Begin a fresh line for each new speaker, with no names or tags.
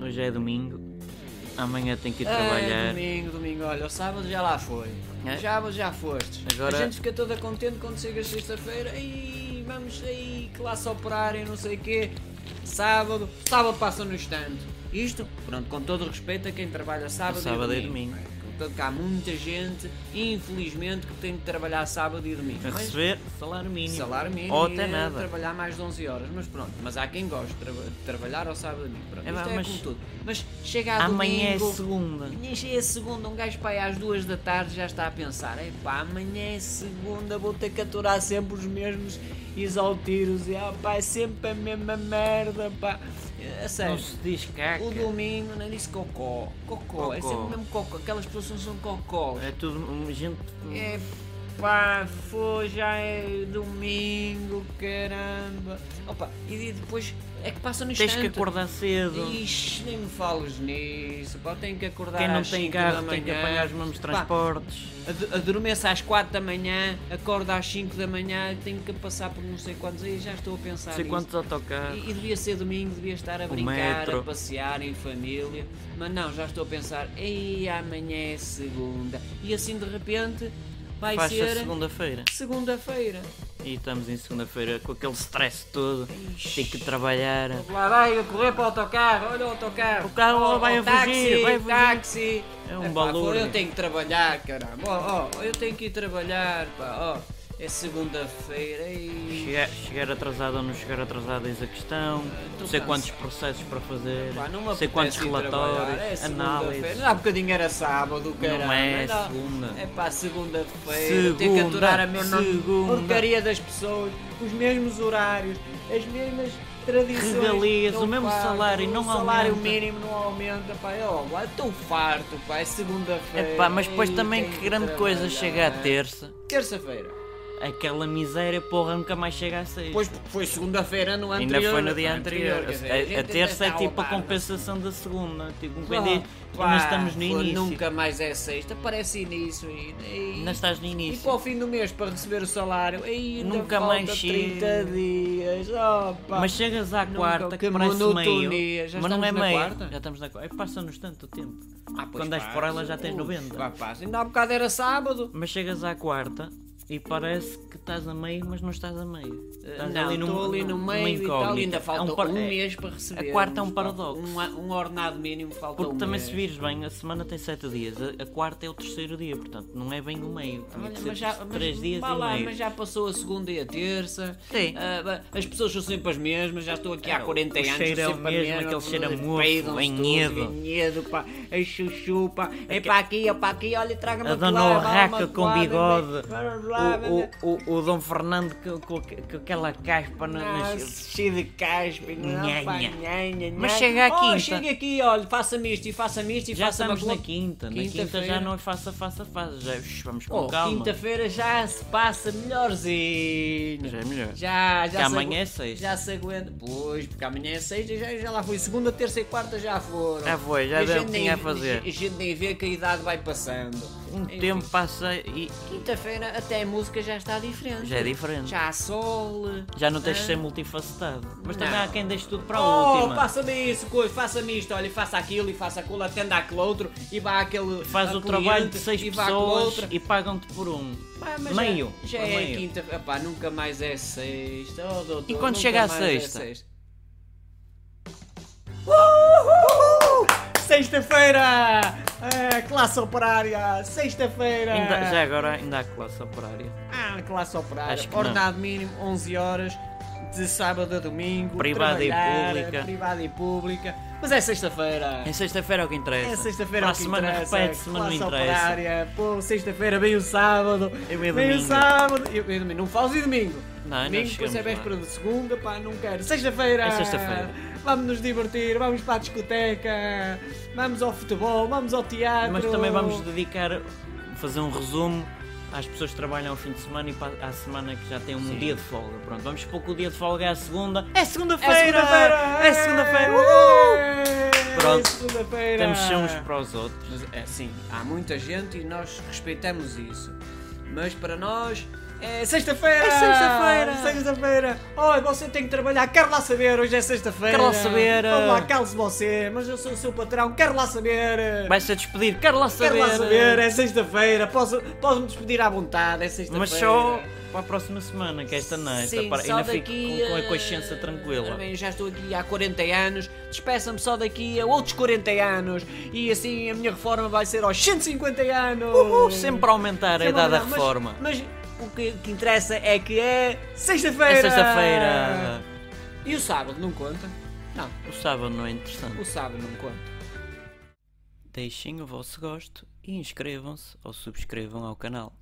hoje é domingo, amanhã tenho que ir
É,
trabalhar.
domingo, domingo, olha, o sábado já lá foi.
É?
Já, mas já foste.
Agora-
A gente fica toda contente quando chega sexta-feira. Ai, vamos aí, classe operária, não sei o quê. Sábado, sábado passa no instante. Isto, pronto, com todo o respeito a quem trabalha sábado,
Sábado
e
e
domingo.
domingo.
Portanto, que há muita gente, infelizmente, que tem de trabalhar sábado e domingo.
A
Mas-
receber salário mínimo.
Salário mínimo
Ou
e
até
é
nada.
trabalhar mais de 11 horas, mas pronto. Mas há quem goste de, traba- de trabalhar ao sábado e domingo. Pronto,
É
isto
pá,
é
mas-
como tudo. Mas chega a
Amanhã é
domingo,
segunda.
Amanhã é segunda, um gajo pai às duas da tarde já está a pensar: epá, amanhã é segunda, vou ter que aturar sempre os mesmos exaltiros. E ah, pá, é sempre a mesma merda, pá. É sério.
Não se diz caca.
O domingo não disse cocó. Cocó, é
Cocó.
sempre o mesmo cocó. Aquelas pessoas não são cocós.
É tudo hum, gente.
É pá, foi, já é domingo, caramba. Opa, e depois é que passa no
Tens
instante.
que acordar cedo.
Ixi, nem me fales nisso, pá, tenho que acordar
Quem não
às
tem
cinco da
carro
manhã.
tem que apanhar os mesmos transportes.
Pá, ad- adormeço às 4 da manhã, acordo às 5 da manhã, tenho que passar por não sei quantos, aí já estou a pensar
Não sei
nisso.
quantos autocarros.
E, e devia ser domingo, devia estar a brincar,
metro.
a passear em família, mas não, já estou a pensar, ei, amanhã é segunda. E assim de repente vai
Faz a
ser
segunda-feira.
segunda-feira.
E estamos em segunda-feira com aquele stress todo.
Ixi.
Tem que trabalhar.
Lá vai a correr para o autocarro, olha o autocarro.
O carro
Oh,
vai
oh,
a
táxi,
fugir, vai a fugir.
táxi.
É um
Epá,
balúrdio.
pô, Eu tenho que trabalhar, caramba. Ó, ó, eu tenho que ir trabalhar, pá, ó. É segunda-feira e...
Chegar, chegar atrasado ou não chegar atrasado, eis a questão.
tô
Não sei
cansado.
quantos processos para fazer.
Pá, não me
sei
apetece
quantos
ir trabalhar, é
relatórios,
segunda-feira.
análises.
Há bocadinho era sábado, caramba.
é
dá-
segunda.
É pá, segunda-feira. Tenho que
Segunda,
aturar a mesma
segunda.
porcaria das pessoas, os mesmos horários, as mesmas tradições.
Regalias,
Não
o mesmo
pago,
salário, não
O salário
aumenta.
mínimo não aumenta, pá. É ó, lá estou farto, pá. É segunda-feira.
Epá, mas depois
Ei,
também
tenho
que grande coisa
trabalhar.
chega à terça.
Terça-feira.
Aquela miséria, porra, nunca mais chega a sexta.
Pois porque foi segunda-feira no
Ainda
anterior.
foi no dia
pá,
anterior.
quer dizer,
A-
gente
a,
ainda
terça é
está
tipo a
barba.
compensação da segunda. Tipo, um
Claro,
bendito.
pá,
Ainda estamos no
pô,
início.
Nunca mais é sexta, parece início. E, e,
Ainda estás no
e
início.
para o fim do mês, para receber o salário, aí ainda
Nunca
falta
mais
30
chega.
dias. Oh, pá.
Mas chegas à
Nunca,
quarta,
que
que parece
monotonia.
meio.
Já
mas não
estamos
é
na
meio.
quarta?
Já estamos na quarta. É que passa nos tanto tempo.
Ah, pois
Quando és por
passa.
ela já tens
Uf,
90.
pá, passa. Ainda há bocado era sábado.
Mas chegas à quarta e parece que estás a meio, mas não estás a meio. Estás
não, estou ali no
numa
meio e tal,
incógnita.
ainda falta
É
um,
par- é-
mês para receber.
quarta é um paradoxo.
Um, a- um ordenado mínimo falta
Porque
um
também
mês.
se vires bem, a semana tem sete dias, a, a quarta é o terceiro dia, portanto não é bem o meio. Tinha
Olha,
que ser tipo
mas já, mas,
três dias
vá
e
lá,
meio.
mas já passou a segunda e a terça.
Sim.
Ah, as pessoas são sempre as mesmas, já estou aqui há
É,
40
o
anos.
cheiro é o
sempre a
mesmo,
mesma,
aquele cheiro a
todos
mofo,
peidam-se
a
todos,
enhedo.
enhedo, pá, a chuchu, pá, é para aqui, é para aqui, olha, traga-me
A
aquilo
Dona
lá, vá,
Orraca
uma
com
colada,
bigode,
vá, vá, vá, vá.
o, o, o, o Dom Fernando com, com, com aquela caspa na,
Ah,
nas-
cheio de caspa, não, pá,
Nhanha.
nhanha,
Mas
nhanha.
chega à
Oh,
quinta.
chega aqui, olha, faça-me isto e faça-me isto e
Já
faça-me
estamos na
aquilo.
quinta, na quinta
Quinta-feira.
já não é faça, faça, faça. Já, shh, vamos com
Oh,
calma.
quinta-feira já se passa melhorzinho.
Já é melhor.
Já, já
Que
se
amanhã
agu-
é sexta.
Já se aguenta. Pois, porque amanhã é sexta e já, já lá foi. Segunda, terça e quarta já foram.
Já foi, já
E a
deu o
gente
que tinha
nem-
a fazer.
A gente nem vê que a idade vai passando.
Um
Enfim,
tempo passa e
Quinta-feira até a música já está diferente.
já é diferente. Já,
Já há sol.
não tens de ser
ah.
multifacetado. Mas
Não.
também há quem deixe tudo para a
Oh,
última.
faça-me isso, coisa, faça-me isto, olha, faça aquilo e faça aquilo, atenda aquele outro e vá aquele.
Faz
a
o trabalho de
cliente
seis
e vá aquele
pessoas
outro.
e pagam-te por um.
Pá, mas
meio.
Já, já
por
é
meio.
quinta. Epá, nunca mais é sexta. Oh, doutor,
E quando
nunca
chega à
mais é
sexta?
Uhul! Sexta-feira! Ah, classe operária! Sexta-feira!
Ainda- já agora ainda há classe operária.
Ah, classe operária.
Acho que não.
Ordenado mínimo 11 horas. De sábado a domingo.
Privada e
trabalhar,
pública.
Privada e pública. Mas é sexta-feira.
É sexta-feira é o que interessa.
É sexta-feira
Para
o
a
que
semana
interessa, é
repete, semana não
classe
interessa.
operária, Pô, sexta-feira vem o sábado.
Eu ia
vem o
domingo.
sábado. Eu, eu domingo. Não fales e domingo.
Não, ainda
domingo depois
chegamos
é
lá.
véspera de segunda, pá, não quero. Sexta-feira.
É sexta-feira.
Vamos nos divertir, vamos para a discoteca, vamos ao futebol, vamos ao teatro.
Mas também vamos dedicar, fazer um resumo às pessoas que trabalham ao fim de semana e para a semana que já tem um dia de folga. Pronto, vamos supor que o dia de folga é a segunda. É segunda-feira! É segunda-feira! Uhul!
Uhul!
Pronto.
É segunda-feira!
Estamos ser uns para os outros.
Mas é assim, há muita gente e nós respeitamos isso. Mas para nós É sexta-feira!
É sexta-feira!
Sexta-feira! Olha, você tem que trabalhar, quero lá saber, hoje é sexta-feira!
Quero lá saber. eh,
Vamos lá, cale-se você, mas eu sou o seu patrão, quero lá saber!
Vai-se a despedir, quero lá
quero
saber. eh.
lá saber, é sexta-feira, posso- posso-me despedir à vontade, é sexta-feira!
Mas só para a próxima semana, que é esta não. Esta
Sim,
para...
só
Ainda fico
daqui
com, com a
a-
consciência
Ora
tranquila.
bem, já estou aqui há 40 anos, despeça-me só daqui a outros 40 anos e assim a minha reforma vai ser aos 150 anos!
Uhul, sempre a aumentar a
Sem
idade da
problema,
reforma.
Mas, mas o que, o que interessa é que é sexta-feira.
É sexta-feira.
E o sábado não conta? Não,
O sábado não é interessante.
o sábado não conta.
Deixem o vosso gosto e inscrevam-se ou subscrevam ao canal.